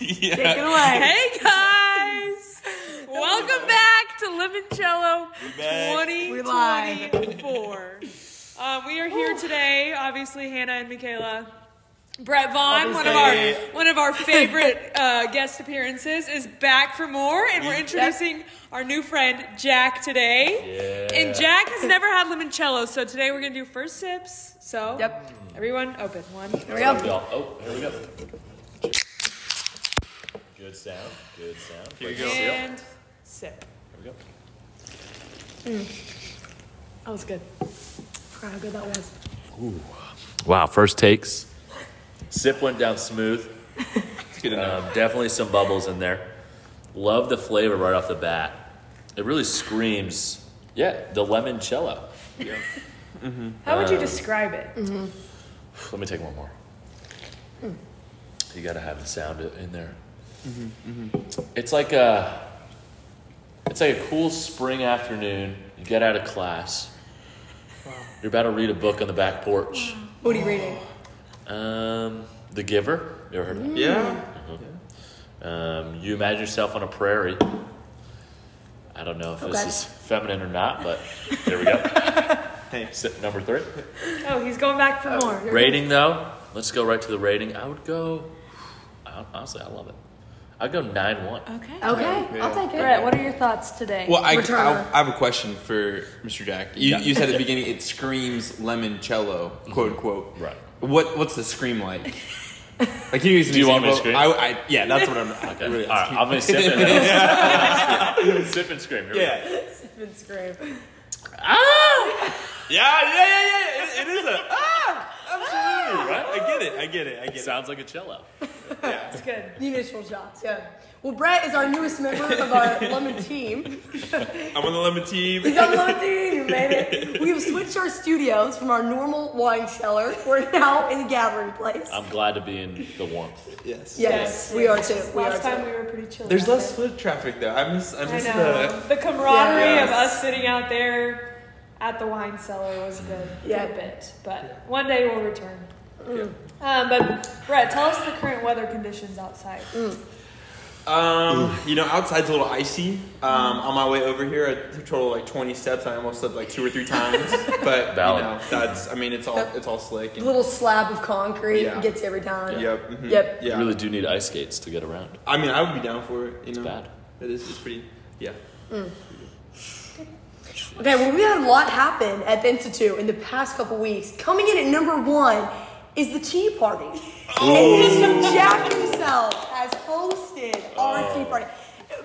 yeah. Take it away. Hey guys! Welcome back to Limoncello back. We live. 2024. Um, we are here today, obviously Hannah and Michaela. Brett Vaughn, one of our Obviously. one of our favorite uh, guest appearances, is back for more, and we're introducing our new friend Jack today. And Jack has never had limoncello, so today we're gonna do first sips. So Yep. everyone, open one. Here we go. Y'all, oh, here we go. Good sound, good sound. Here you go. And sip. Mm. Here we go. That was good. Forgot how good that was. Wow, first takes. Sip went down smooth. Good enough. Um, definitely some bubbles in there. Love the flavor right off the bat. It really screams, yeah, the limoncello. How would you Um, describe it? Let me take one more. You gotta have the sound i- in there. It's like a, it's like a cool spring afternoon. You get out of class. You're about to read a book on the back porch. What are you reading? Um, the Giver. You ever heard of that? yeah. Um, you imagine yourself on a prairie. I don't know if this Okay. is feminine or not, but there we go. Hey. Sip number three. Oh, he's going back uh, for more. Rating though, let's go right to the rating. I would go. I- Honestly, I love it. I'd go nine one. Okay. Okay, I'll take it. Brett, what are your thoughts today? Well, I, Return. I, I have a question for Mr. Jack. You, you said at the beginning it screams limoncello, quote unquote. Mm-hmm. Right. What What's the scream like? Like, can you use an Do you want me to example? scream? I, I, yeah, that's what I'm. Okay. Really All right, asking. I'm gonna sip it. Then. sip and scream. Here we go. Yeah. Spin scream. Yeah, Ah! yeah, yeah, yeah. It, it is a ah, absolutely. Right? I get it. I get it. I get it. Sounds like a cello. It's good. Initial shots, yeah. Well, Brett is our newest member of our lemon team. I'm on the lemon team. He's on the lemon team, you made it. We have switched our studios from our normal wine cellar. We're now in the gathering place. I'm glad to be in the warmth. Yes. yes, we are too. We Last are time too. we were pretty chill. There's about less foot traffic though. I miss. I it. I miss know. the. The camaraderie Yes. of us sitting out there at the wine cellar was good Yeah. Mm. for a bit, but one day we'll return. Um, but Brett, tell us the current weather conditions outside. Mm. Um, you know, outside's a little icy. Um, on my way over here, I total like 20 steps. I almost slipped like two or three times. But you Valid. know, that's. I mean, it's all it's all slick. The And, little slab of concrete Yeah. gets you every time. Yep. mhm, Yep. Yeah. You really do need ice skates to get around. I mean, I would be down for it. You know. bad. It is. It's pretty. Yeah. Okay, well, we had a lot happen at the Institute in the past couple weeks. Coming in at number one is the tea party. Oh. And Mr. Jack himself has hosted our Oh. tea party.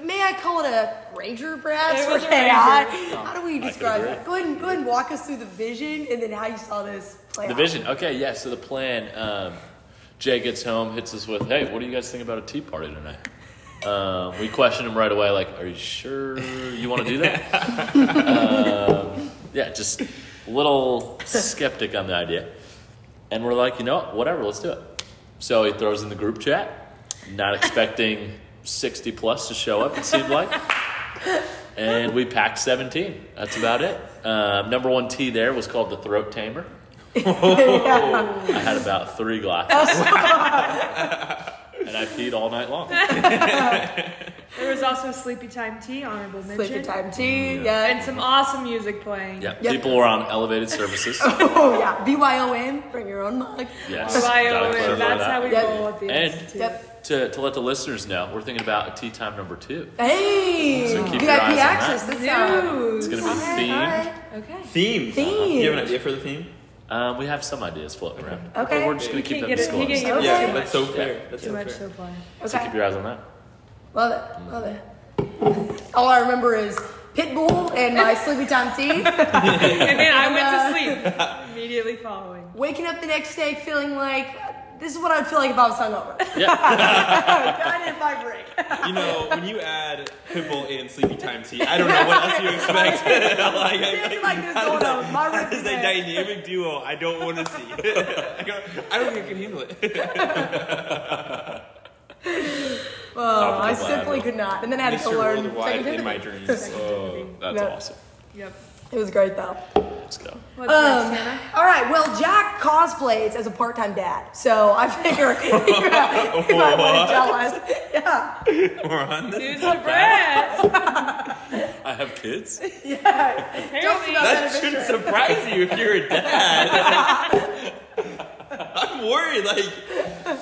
May I call it a ranger, perhaps? It was a Okay, ranger. Oh, I- How do we describe agree. it? Go ahead, and, go ahead and walk us through the vision and then how you saw this play The out. vision. Okay, yeah. So the plan. Um, Jay gets home, hits us with, "Hey, what do you guys think about a tea party tonight?" Um, we question him right away, like, "Are you sure you want to do that?" um, yeah, just a little skeptic on the idea, and we're like, "You know what? Whatever, let's do it." So he throws in the group chat, not expecting sixty plus to show up. It seemed like. And we packed 17. That's about it. Um, number one tea there was called the Throat Tamer. yeah. I had about three glasses. and I peed all night long. There was also Sleepy Time Tea, honorable mention, Sleepy time tea, and yeah. some awesome music playing. Yeah, Yep. people were on elevated services. Oh, yeah. BYON, bring your own mug. Yes. Bio, Gotta clarify and that's that. how we Yeah. roll at the And- Institute. Yep. To, to let the listeners know, we're thinking about a tea time number two. Hey! So keep VIP your eyes on that. access. This sounds. News. It's going to be themed. Okay. Themes. Themes. You have an idea for the theme? Um, we have some ideas floating around. Okay. But we're just going to He keep can't them get it. He can't disclosed. get So it. Okay. Too much. Yeah, that's so fair. That's Too so much fair. so far. Okay. keep your eyes on that. Love it. Love it. All I remember is Pitbull and my sleepy time tea. And then I went to sleep immediately following. Waking up the next day feeling like this is what I'd feel like if I was hungover. Yeah. I didn't five break. You know, when you add Pitbull and Sleepy Time Tea, I don't know what else you expect. like, I- It's like this going on. My That rib is a today. dynamic duo I don't want to see. I don't- I don't think I can handle it. Oh, I Topical simply vibe. could not. And then I had to Mr. learn. Worldwide in my dreams. Oh, that's No. awesome. Yep. It was great though. Let's go. What's Um, next, Hannah? all right. Well, Jack cosplays as a part-time dad, so I figure if I if I What? wasn't jealous, yeah, We're on this. News to Brad. I have kids. yeah. Apparently, stop That shouldn't surprise you if you're a dad. I'm worried. Like,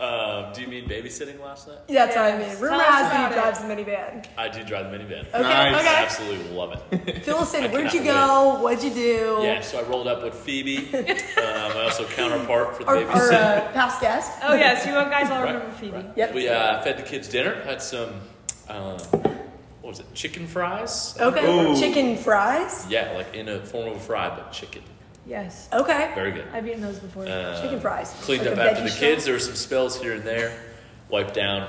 Um, do you mean babysitting last night? That's what I Yes. mean. Rumor Tell us has it about he it. drives the minivan. I do drive the minivan. Okay, Nice. I okay. absolutely love it. Fill us in. Where'd cannot you go? What'd you do? Yeah, so I rolled up with Phoebe. Um, I also counterpart for the Our, our babysitting. uh, past guest. Oh yes, you guys all Right, remember Phoebe. right. Yep. We uh, fed the kids dinner. Had some, um, what was it? Chicken fries. Okay. Ooh. Chicken fries. Yeah, like in a form of a fry, but chicken. Yes, Okay. Very good. I've eaten those before. Um, Uh, Chicken fries. Cleaned Like up a after veggie the shell? kids. There were some spills here and there. Wiped down.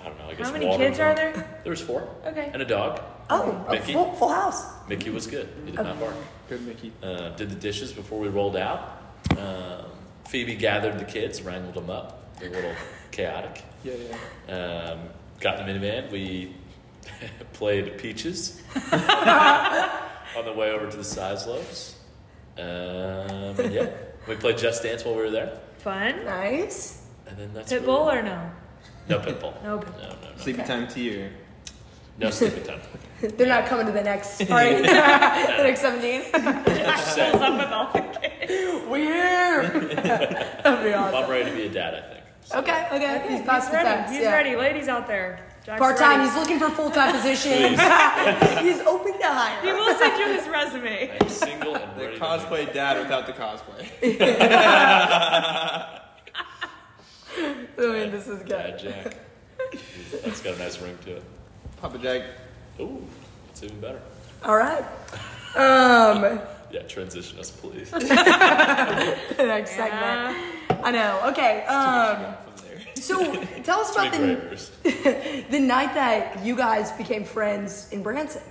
I don't know. I guess How many water kids are there? There was four. Okay. And a dog. Oh, a Mickey. full, full house. Mickey was good. He did not bark. good Mickey. Uh, did the dishes before we rolled out. Um, Phoebe gathered the kids, wrangled them up. They're a little chaotic. Yeah, yeah. Um, got in the minivan. We played peaches on the way over to the Sislopes. Um, and yeah, we played Just Dance while we were there. Fun. Nice. And then that's Pitbull really- or no? no pitbull. No No, pitbull. no, no. Sleepy time tea or No sleeping time. They're not coming to the next party. the next 17. Just saying. Some with all the kids. Weird. That'd be awesome. I'm ready to be a dad, I think. Okay, okay. he's He's passed the ready. test. He's yeah. ready. Ladies out there. Jack's Part time. ready. He's looking for full time position. he's open to He hire. will send you his resume. I'm single and the ready to cosplay dad without the cosplay? I mean, this is be a good. dad, Jack. That's got a nice ring to it. Papa Jack. Ooh, it's even better. All right. Um, Yeah, transition us, please. the next segment. I know. Okay. Um, From there. so tell us about Make the, waivers. the night that you guys became friends in Branson,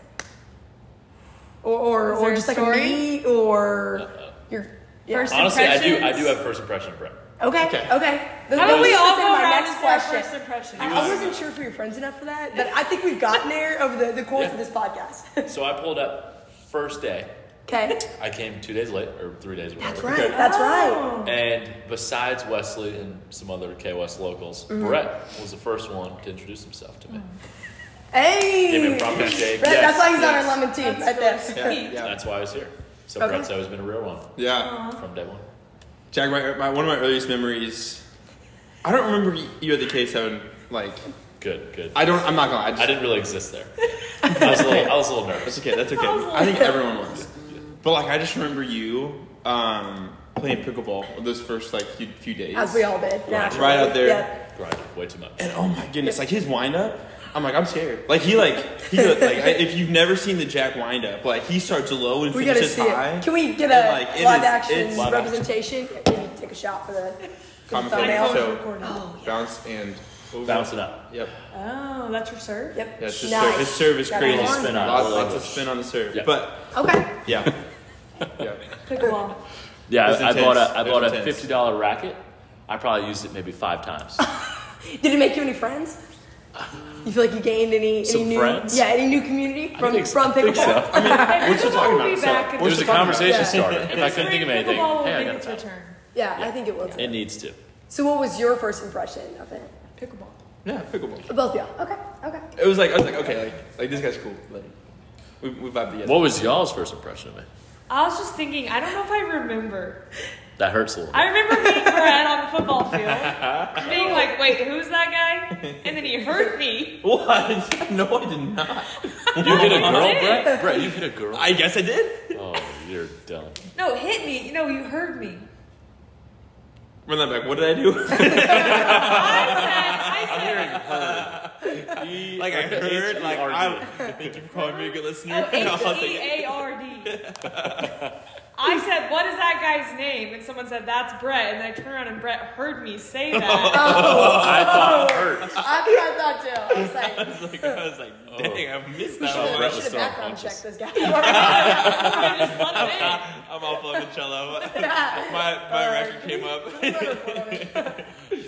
or or, Is there or a just like story? a meet, or your yeah. First- Honestly, I do. I do Impressions? have first impression of Brett. Okay. Okay. Okay. How about we all That's go my around next and say our question. first impression? I I wasn't sure if we were friends enough for that, but I think we've gotten there over the, the course Yeah. of this podcast. So I pulled up first day. Okay. I came two days late or three days. That's Whatever. right. That's Oh. right. And besides Wesley and some other K West locals, Mm-hmm. Brett was the first one to introduce himself to me. Hey. Give him a proper shake. Right, Yes, That's why he's yes. on our lemon tea right there. Yeah, yeah. That's why I was here. So Okay. Uh-huh. Brett's always been a real one yeah. from day one. Jack, my, my, one of my earliest memories. I don't remember y- you at the K seven. Like, Good, good. I, I don't. I'm not gonna. lie, I just, didn't really exist there. I was a little, I was a little nervous. That's okay. That's okay. I think everyone was. But like, I just remember you um, playing pickleball those first like few, few days. As we all did. naturally. Right out there. Yeah. Grinded way too much. And oh my goodness, like his wind up, I'm like, I'm scared. Like he like he goes, like I- if you've never seen the Jack wind up, like he starts low and We gotta finishes see high. it. Can we get And, a like, it live is- action it's- Live action. representation? Maybe take a shot for the, for the Comic book. thumbnail. Coach So recorded. Oh, yeah. bounce and over. Bouncing up. Yep. Oh, that's your serve. Yep. Yeah, it's just nice. serve. his serve is Got crazy. it. Lots of spin on it. Lots, lots of spin on the serve. Yeah. But Okay. yeah. yeah. Pickleball. Yeah, It was I, I bought intense. a I It was bought a intense. fifty dollar racket. I probably used it maybe five times. Did it make you any friends? You feel like you gained any, any Some new friends? yeah any new community from think so. from I think pickleball? so. Hey, What you talking Pickleball will be about? So, back. in It what the- was a you talking about? conversation Yeah. starter. If I couldn't think of anything, Pickleball will hey, I make got its time. return. Yeah, I think it was. It needs to. So, what was your first impression of it? Pickleball. Yeah, pickleball. Both of y'all. Okay. Okay. It was like I was like, okay, like like this guy's cool. Like we we vibe together. What was y'all's first impression of me? I was just thinking, I don't know if I remember. That hurts a little. I remember meeting Brad on the football field, being like, wait, who's that guy? And then he heard me. What? No, I did not. bit. You hit a girl, I did. Brett? Brett, you hit a girl? I guess I did. Oh, you're dumb. No, hit me. You know, you heard me. Run that back. What did I do? I said, I said, like I heard. Like I. Thank you for calling me a good listener. And I was oh, like, H-E-A-R-D. I said, what is that guy's name? And someone said, that's Brett. And I turned around and Brett heard me say that. I thought it hurt. That's what I thought too. I was like, I was like, I was like, dang, I missed that Oh, one. Brett I was should so have background unconscious. checked this guy. I just let it in. I'm all fucking cello. my my record came up. Wonderful. Yeah,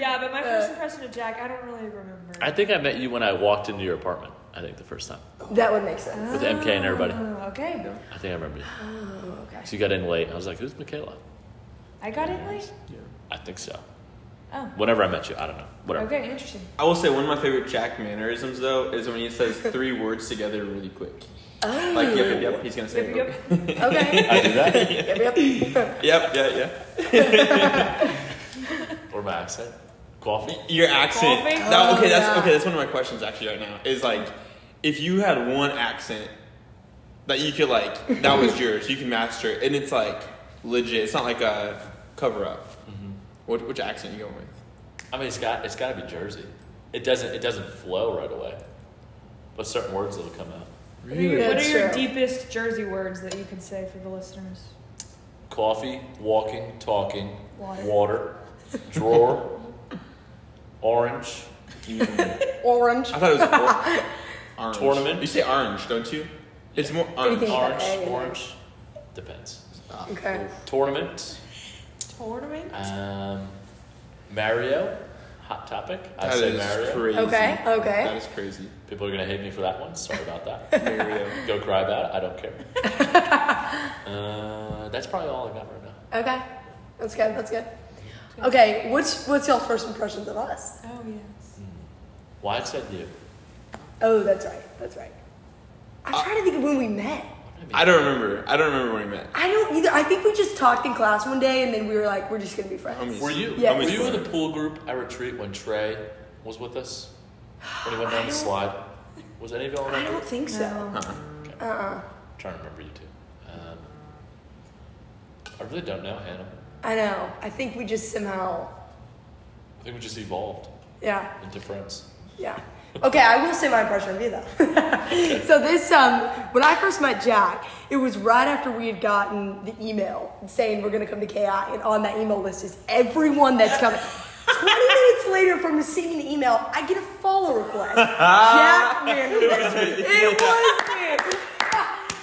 Yeah, but my first impression of Jack, I don't really remember. I think I met you when I walked into your apartment. I think the first time That would make sense. with MK and everybody. Oh, okay. I think I remember you. Oh, Okay. So you got in late. I was like, "Who's Michaela?" I got it late. I think so. Oh. Whenever I met you, I don't know. Whatever. Okay, interesting. I will say one of my favorite Jack mannerisms though is when he says three words together really quick. Oh. Like yep, yep, yep. He's gonna say Yep, it. yep. Okay. I do that yep, yep. Yep, yeah, or my accent. Coffee. yeah. Your accent. Coffee? That- okay, Oh, that's yeah. okay. That's one of my questions actually right now. Is like, if you had one accent that you could like, that was yours, you can master it, and it's like legit. It's not like a cover up. Mm-hmm. What which accent you going with? I mean, it's got it's got to be Jersey. It doesn't it doesn't flow right away, but certain words that'll come out. What are That's your true. deepest Jersey words that you can say for the listeners? Coffee, walking, talking, Water. drawer, orange. Orange. I thought it was or- orange. Tournament? You say orange, don't you? It's more do you orange. think? Orange, Yeah, yeah. orange. Depends. Okay. Tournament. Tournament? Um, Mario. Hot topic. I That say is Mario. crazy. Okay, okay. That is crazy. People are gonna hate me for that one. Sorry about that. Mario. Go cry about it. I don't care. uh, that's probably all I got right now. Okay. That's good. That's good. Okay. What's what's y'all's first impressions of us? Oh, yes. Why said you? Oh, that's right. That's right. I'm trying to think of when we met. I don't remember. I don't remember where we met. I don't either. I think we just talked in class one day, and then we were like, we're just gonna be friends. Homies. Were you? Yes. Were you in the pool group at retreat when Trey was with us? When he went down the slide. Was any of y'all in I that don't group? think so. Um, Oh, Huh. I'm trying to remember you two. Um, I really don't know, Hannah. I know. I think we just somehow. I think we just evolved Yeah. into friends. Yeah. Okay, I will say my impression of you though. so this, um, when I first met Jack, it was right after we had gotten the email saying we're gonna come to KI, and on that email list is everyone that's coming. Twenty minutes later from receiving the email, I get a follow request. Jack Manley. It was me.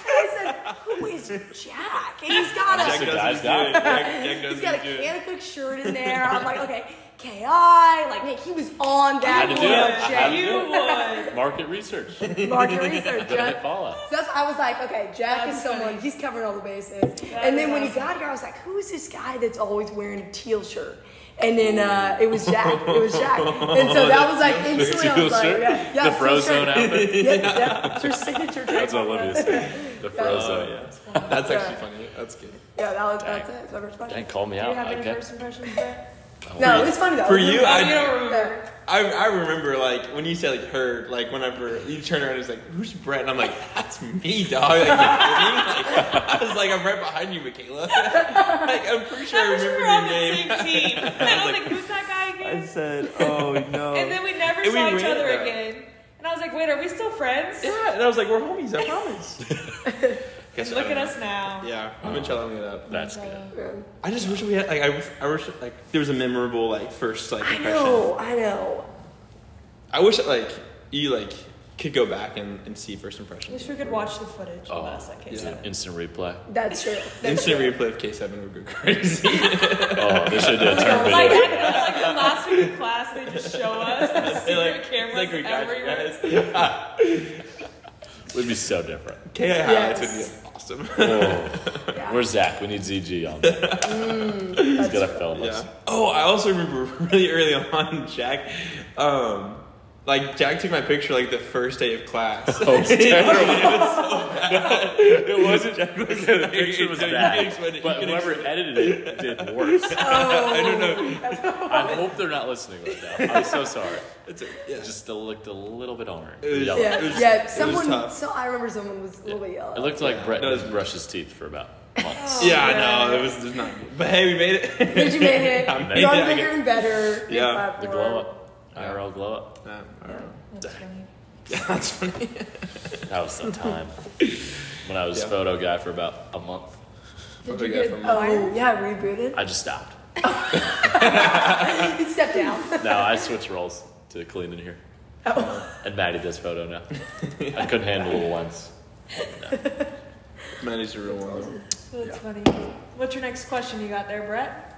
I said, "Who is Jack?" And he's got a Jack knows Jack knows what he's he's doing. He's got a can of cook shirt in there. I'm like, okay, KI. Like, man, he was on Had that. to do little it. Had to Jack. do You won. Market research. Good Market research. at Jack. follow. So that's, I was like, okay, Jack is That's someone, funny. he's covering all the bases. and then is when he awesome. got here, I was like, who is this guy that's always wearing a teal shirt? And then uh, it was Jack. It was Jack. And so that was like instantly, I was like, yeah, yeah, the teal Frozone shirt. outfit. Yep, yep. It's her signature That's trademark. what Olivia said. The Frozone. Oh, yeah. That's actually funny. That's good. Yeah, that was, that's Dang. it. That's my first Dang, question. call me Do you out. have I any get- first impressions, Brett? No, it was funny though. For you, I- You don't remember. Yeah. I, I remember like when you said like her like whenever you turn around and it's like who's Brett and I'm like that's me dog like, you kidding? Like, I was like I'm right behind you Michaela like I'm pretty sure I I wish we remember were on your the name same team. And I was like, who's that guy again? said oh no And then we never And we saw each ran, other though. again. And I was like, wait, are we still friends? yeah and I was like we're homies I promise Guess Look I- at us now. yeah I'm gonna tell him it up That's good. I just wish we had like I wish, I wish like there was a memorable like first like I impression know, I know. I wish like you like could go back and, and see first I impressions wish we could watch the footage Oh, of us at K7. yeah. Instant replay. That's true. That's Instant true. replay of K seven would go crazy. Oh, they should do a turn Like, video. like the last week of class, they just show us the They're secret like- cameras like, we got you everywhere. guys. It would be so different. Oh. KI highlights Yes. would be awesome. Yeah. Where's Zach? We need ZG on that. He's gonna film us. yeah. Oh, I also remember really early on, Jack. Um, like Jack took my picture like the first day of class. Oh, it's terrible. it wasn't Jack. Was The picture was bad, but whoever edited it did worse. I don't know. I hope they're not listening right now. I'm so sorry. It's a, yeah. It just looked a little bit orange. It was- Yellow. Yeah, It was- it yeah. was Someone, tough. so I remember someone was a little bit It yellow. looked like Brett No, it's- didn't brush his teeth for about months. Oh, yeah, I know. It was, it was not good. But hey, we made it. Did you make it? I made it, You're on I bigger and better. Yeah, The glow up. IRL glow up. Uh, I don't know. That's funny. That's funny. That was some time. When I was Yeah. photo guy for about a month, Did you get- Oh yeah, rebooted. I just stopped. You stepped down. Now I switch roles to clean in here. And Maddie does photo now. I couldn't handle the lens. Managed a real one. That's funny. What's your next question you got there, Brett?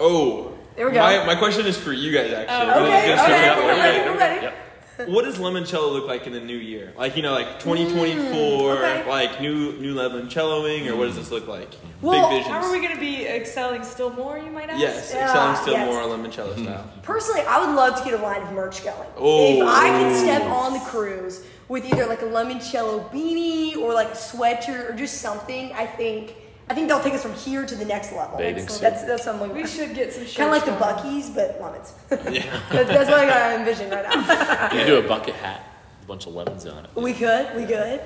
Oh. There we go. My, my question is for you guys, actually. Oh, We're Okay, gonna okay, start we're that ready, way. we're ready. Yep. What does limoncello look like in the new year? Like, you know, like 2024, Mm, okay. like new new limoncelloing, or what does this look like? Well, Big visions. how are we going to be excelling still more? You might ask. yes, Yeah, excelling still yes. more limoncello style. Personally, I would love to get a line of merch going. Oh. If I could step on the cruise with either like a limoncello beanie or like a sweatshirt or just something, I think I think they'll take us from here to the next level. Bathing that's, suit. that's that's something We should get some. kind of like the bucket. Buckies, but lemons. Yeah. that's, that's what I envision right now. You do a bucket hat, with a bunch of lemons on it. we could, we could.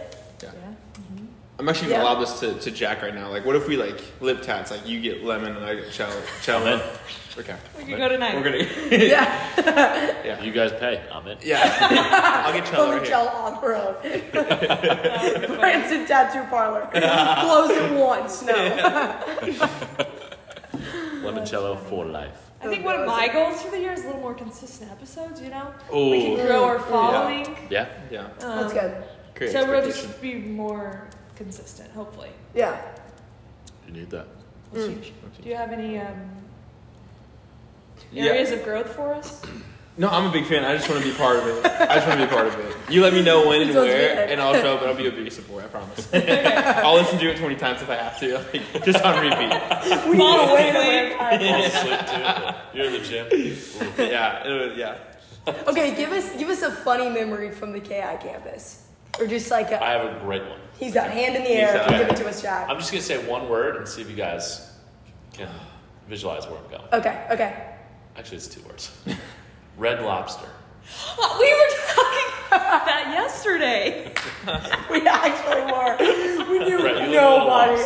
I'm actually gonna Yeah. allow this to, to Jack right now. Like, what if we like lip tats? Like, you get lemon and I get cello. cello. Lemon. Okay. We could go tonight. We're gonna. Yeah, Yeah. You guys pay. I'm in. Yeah. I'll get cello. Right here. limoncello on her own. Branson Tattoo Parlor. Closed at once. No. Limoncello for life. I think one of my goals for the year is a little more consistent episodes. You know, we can Oh. grow our following. Yeah. Yeah. Um, That's good. Great. So we'll expectation. just be more consistent, hopefully. Yeah. You need that. That's huge. Do you have any um, Yeah. areas of growth for us? No, I'm a big fan. I just want to be part of it. I just want to be part of it. You let me know when and Sounds where, good. and I'll show up and I'll be a big support. I promise. I'll listen to it 20 times if I have to, like, just on repeat. We Fall need a way to asleep. live. Fall asleep too. You're in the gym. Yeah, it was- yeah. Okay, give us give us a funny memory from the KI campus, or just like I a, have a great one. he's out, hand in the He's air. out. Give it to us, Jack. I'm just gonna say one word and see if you guys can visualize where I'm going. Okay, okay. Actually, it's two words. Red lobster. we were talking about that yesterday. We actually were. We knew Right, you look a nobody.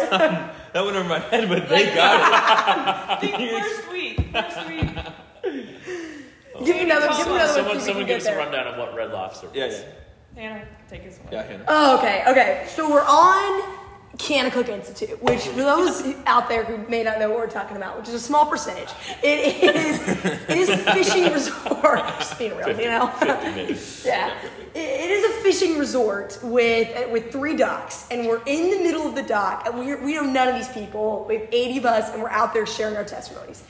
That went over my head, but they got The first week. First week. give me another. Give me another. Someone, one so we someone can give get us a there. rundown of what red lobster. it. Yeah, was. yeah, Hannah, take us away. yeah. I can. Oh, okay, okay. So we're on Canna Cook Institute, which for those out there who may not know what we're talking about, which is a small percentage, it is it is a fishing resort. Just being real, you know. 50 minutes. Yeah. It, it is a fishing resort with uh, with three docks, and we're in the middle of the dock, and we we know none of these people. We have 80 of us, and we're out there sharing our testimonies.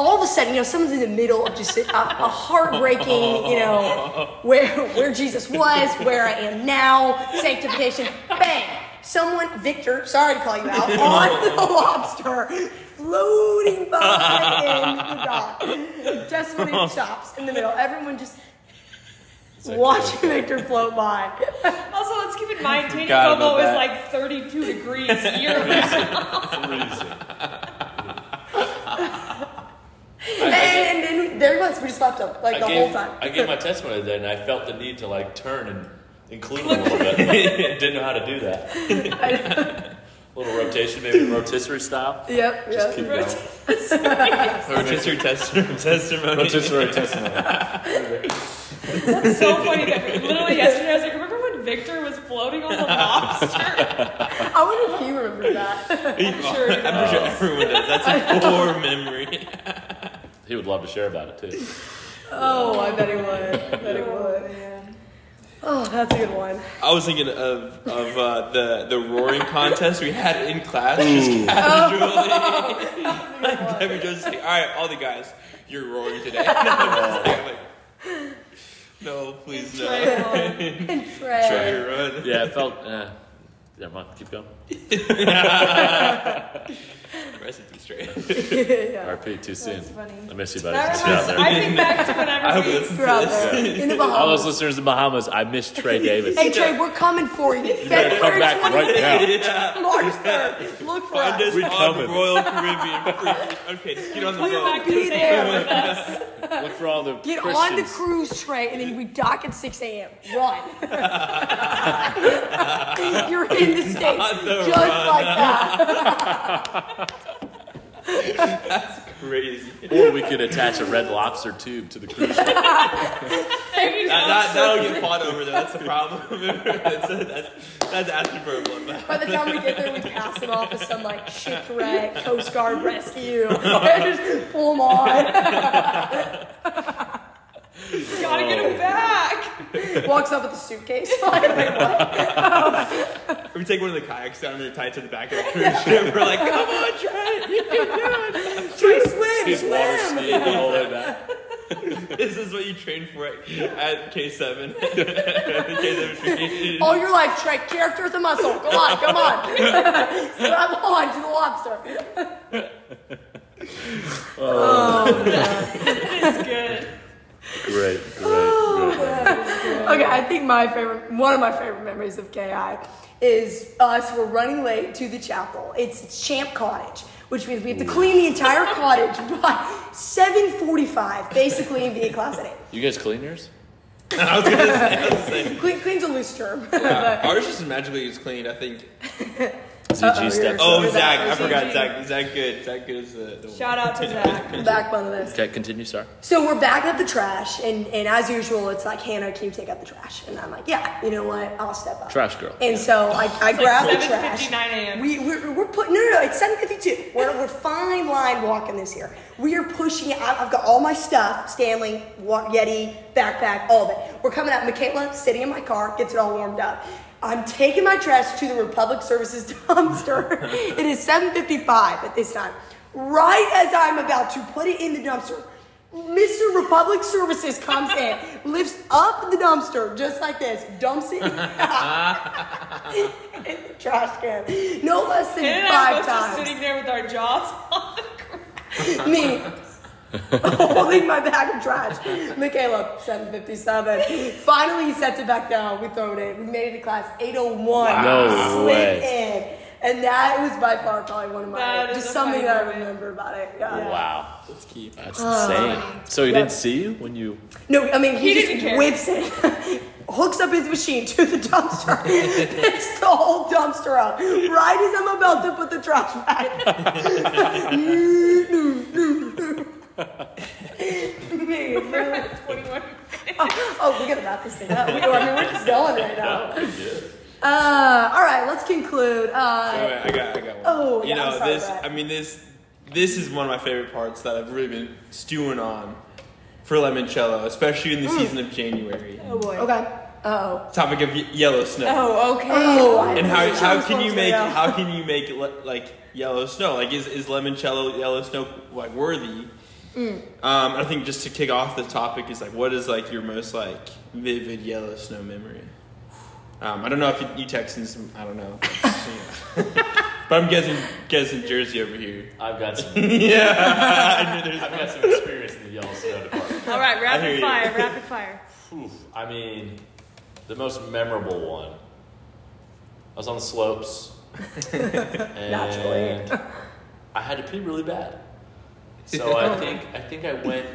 All of a sudden, you know, someone's in the middle of just a, a heartbreaking, you know, where where Jesus was, where I am now, sanctification. Bang! Someone, Victor, sorry to call you out, on the lobster, floating by in the dock, testimony chops in the middle. Everyone just watching Victor float by. Also, let's keep in mind, Tana Forgot about Como is that. like 32 degrees year round. Freezing. And, and then there he was. We just left him like I the gave, whole time. I gave my testimony today, and I felt the need to like turn and include him a little bit. Didn't know how to do that. little rotation, maybe rotisserie style. Yep. yep. keep Right. Rotisserie tester, testimony. testimony. It's so funny that literally yesterday I was like, remember when Victor was floating on the lobster? I wonder if he remembers that. I'm sure he I'm sure everyone does. That's a core memory. He would love to share about it too. Oh, I bet he would. I bet he would. Oh, that's a good one. I was thinking of of uh, the the roaring contest we had in class just casually. like Debbie Jones saying, "All right, all the guys, you're roaring today." No, I'm just saying, like, no please no. Trail. And Try Trey. to run. Yeah, I felt. Uh, never mind. Keep going. Recipe straight. yeah. RP too soon. That's funny. I miss you, buddy. That Since you're out reminds there. I think back to whenever I hope we- it listens Throughout to there in the All those Bahamas. listeners in the Bahamas, I miss Trey Davis. Hey Trey, we're coming for you. better come February back right 26th, now. this. Yeah. March 3rd. Look for Find us. us We on coming. Royal Caribbean. Freaking- Okay, just get on the We boat. will be there. Look for all the Get on the Christians. cruise, Trey, and then we dock at 6 a.m. Run. You're in the States Not the just like that. Crazy. or we could attach a red lobster tube to the cruise ship. Maybe That, that, that'll get fought over though. That's the problem. that's, that's, that's asking for a bloodbath. By the time we get there, we pass it off as some like shipwreck, Coast Guard rescue. just pull them on. we gotta get him back. Walks up with a suitcase. Like, wait, what? We take one of the kayaks down and they're tied to the back of the cruise ship. We're like, come on, Trey, you can do it. Trey, swim. he's water swim. skiing the whole way back. This is what you train for at, at K7. K7 training. All your life, Trey, character is a muscle. Come on, come on. Grab on to the lobster. It's good. Oh, Great, Oh, great, great. Okay, I think my favorite, one of my favorite memories of KI is us. We're running late to the chapel. It's Champ Cottage, which means we have to clean the entire cottage by 7:45, basically in VA Class A. You guys clean yours? I was gonna say, I was gonna say. Clean, clean's a loose term. Yeah, ours just magically is clean, I think. ZG steps up. Oh, Oh, Sorry, Zach, that I was forgot easy. Zach. Zach good. Zach good is the, the Shout out to Zach. Back bun of this. Okay, continue, sir. So we're back at the trash, and, and as usual, it's like, Hannah, can you take out the trash? And I'm like, yeah, you know what? I'll step up. Trash girl. And so I, I grab the trash. 7:59 a.m.. We, we're, we're putting, no, no, no, it's 7.52. We're, we're fine line walking this here. We are pushing it. I- I've got all my stuff, Stanley, wa- Yeti, backpack, all of it. We're coming up. Michaela, sitting in my car, gets it all warmed up. I'm taking my trash to the Republic Services dumpster. it is 7.55 at this time. Right as I'm about to put it in the dumpster, Mr. Republic Services comes in, lifts up the dumpster just like this, dumps it in the trash can. No less than And I five was just times. sitting there with our jaws on the ground. Me holding my bag of trash. Michaela, 757. Finally he sets it back down. We throw it in. We made it to class 801. No Slid way. in. And that was by far probably one of my That is just a something funny that I moment. remember about it. Yeah. Wow, That's key. that's insane. So he didn't see you when you. No, I mean he, He just didn't care. whips it, hooks up his machine to the dumpster, picks the whole dumpster up. Right as I'm about to put the trash back. Me, no. 21. Oh, we gotta wrap this thing up. We, I mean, we're just going right now. Uh, all right, let's conclude. Uh, Anyway, I got, I got one. Oh, you yeah, know I'm sorry, this. Brett. I mean this. This is one of my favorite parts that I've really been stewing on for limoncello, especially in the Mm. season of January. Oh boy. okay. Oh. Topic of y- yellow Uh-huh. snow. Oh, okay. Oh. I And how, was how can you responsible, make yeah. how can you make le- like yellow snow like is, is limoncello yellow snow like worthy? Um, I think just to kick off the topic is like what is like your most like vivid yellow snow memory? Um, I don't know if you, you Texans I don't know, but I'm guessing guessing Jersey over here. I've got some. Yeah, I knew I've there's. got some experience in the yellow snow department. All right, hear rapid you. fire, rapid fire. Oof, I mean, the most memorable one. I was on the slopes. and Naturally. I had to pee really bad. So I think I think I went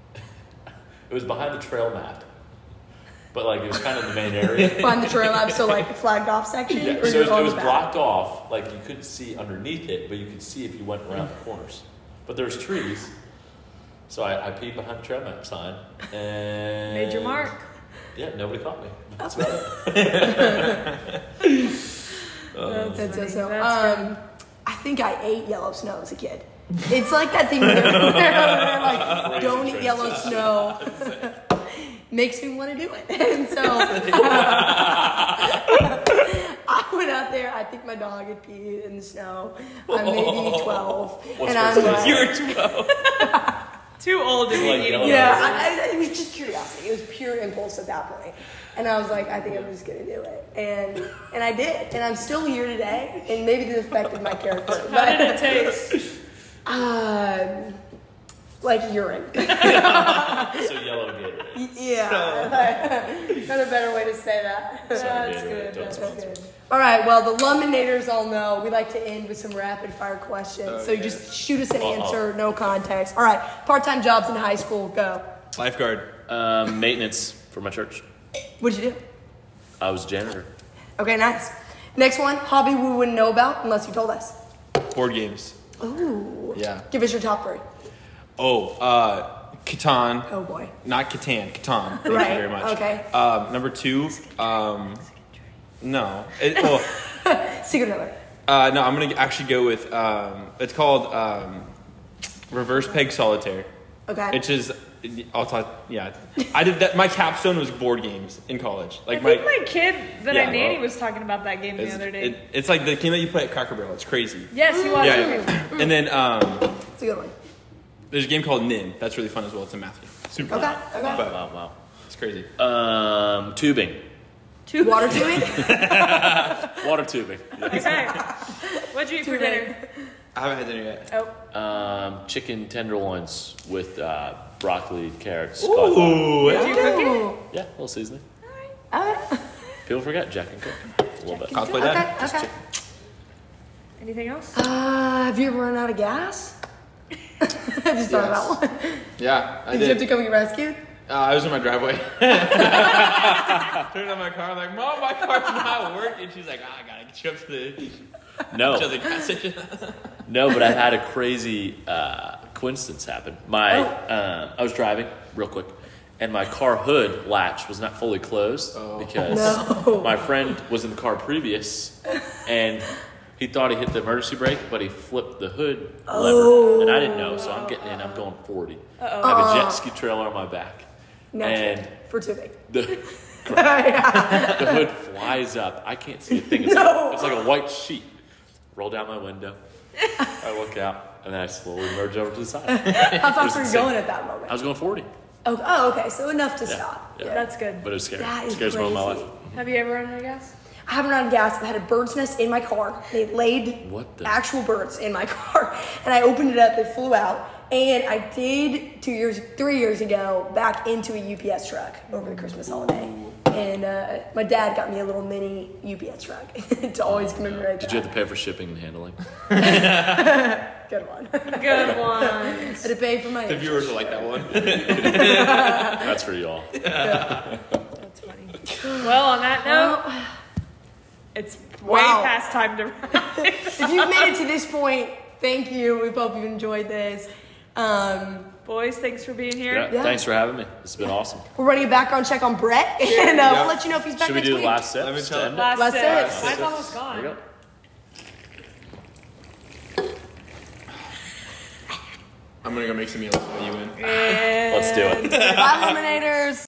it was behind the trail map. But like it was kind of in the main area. Find the trail lab, so like flagged off section. Yeah, or so you're it was, it going was back? blocked off, like you couldn't see underneath it, but you could see if you went around the corners. But there was trees. So I, I peed behind the trail map sign and Made your mark. Yeah, nobody caught me. That's about it. That's so, funny. so. That's um, I think I ate yellow snow as a kid. It's like that thing where they're, they're like, don't eat yellow snow. Makes me want to do it. And so I went out there. I think my dog had peed in the snow. I'm maybe 12. What's and I'm worse, like, you You're twelve. Too old to be Like eating. yellow. yeah, I, I, it was just curiosity. It was pure impulse at that point. And I was like, I think I'm just gonna do it, and and I did, and I'm still here today. And maybe this affected my character, How but did it taste? um, like urine. So yellow Gatorade. yeah, not a better way to say that. That's Gatorade, good. don't That's sponsor good. All right, well, the Luminators all know we like to end with some rapid fire questions. Oh, so you yes. just shoot us an Uh-oh. answer, no context. All right, part time jobs in high school, go. Lifeguard. Um, maintenance for my church. What'd you do? I was janitor. Okay, nice. Next one, hobby we wouldn't know about unless you told us. Board games. Ooh. Yeah. Give us your top three. Oh, uh, Catan. Oh boy. Not Catan, Catan. Thank Right, you very much. okay. Um, number two, um, no. It, well, Secret Hitler. uh, no, I'm going to actually go with, um, it's called um, Reverse Peg Solitaire. Okay. It's just, I'll talk, yeah. I did that, my capstone was board games in college. Like I my, think my kid that I Yeah, nanny well, was talking about that game the it's, other day. it- it's like the game that you play at Cracker Barrel. It's crazy. yes, he was. Yeah. yeah. And then, um, it's a good one. There's a game called Nim. That's really fun as well. It's a math game. Super Okay, fun. okay. But Wow, it's crazy. wow. Um, tubing, Two Water tubing? water tubing, Okay. What'd you eat for dinner? I haven't had dinner yet. Oh, um, chicken tenderloins with uh, broccoli, carrots, cauliflower. Ooh. did you cook it? Ooh. yeah, a little seasoning. Okay. People forget Jack and Cook a little bit. Cosplay Uh, Okay, dad. Just okay. chick- Anything else? Uh, have you ever run out of gas? I just thought Yes. about one. Yeah, I Did you have did. to come get rescued? Uh, I was in my driveway. Turned on my car, like, Mom, my car's not working. She's like, ah, I gotta get you up to the, No, to the gas station. No, but I had a crazy uh, coincidence happen. My Oh. um, I was driving real quick, and my car hood latch was not fully closed because No. my friend was in the car previous, and he thought he hit the emergency brake, but he flipped the hood lever, and I didn't know. So I'm getting in. I'm going 40. I have a jet ski trailer on my back, Naturally. and For tubing. the yeah. the hood flies up. I can't see a thing. It's, No. like, it's like a white sheet. Roll down my window. I look out, and then I slowly merge over to the side. How fast was were you insane. going at that I moment? was going 40. Oh, oh, okay. So enough to stop. yeah. That's good. But it was scary. That is Scariest moment of my crazy. life. Have you ever run out of gas? I haven't run out of gas. I had a bird's nest in my car. They laid What the- actual birds in my car, and I opened it up. They flew out, and I did two years, three years ago, back into a UPS truck over the Christmas holiday. And uh, my dad got me a little mini UPS truck to always commemorate. Oh, Did you have to pay for shipping and handling? that. Good one. I Good one. had to pay for my. The viewers will like that one. That's for y'all. That's funny. Well, on that note, Well, it's way Wow. past time to wrap it up. if you've made it to this point, thank you. We hope you enjoyed this. Um, Boys, thanks for being here. Yeah, Yeah. Thanks for having me. It's been awesome. we're running a background check on Brett, and uh, Yeah. we'll let you know if he's back Should we next do the week. last set? Let me to tell end you. it? Last Last six. six. Mine's almost There gone. you go. I'm gonna go make some meals while you in. Let's do it. Bye, Luminators.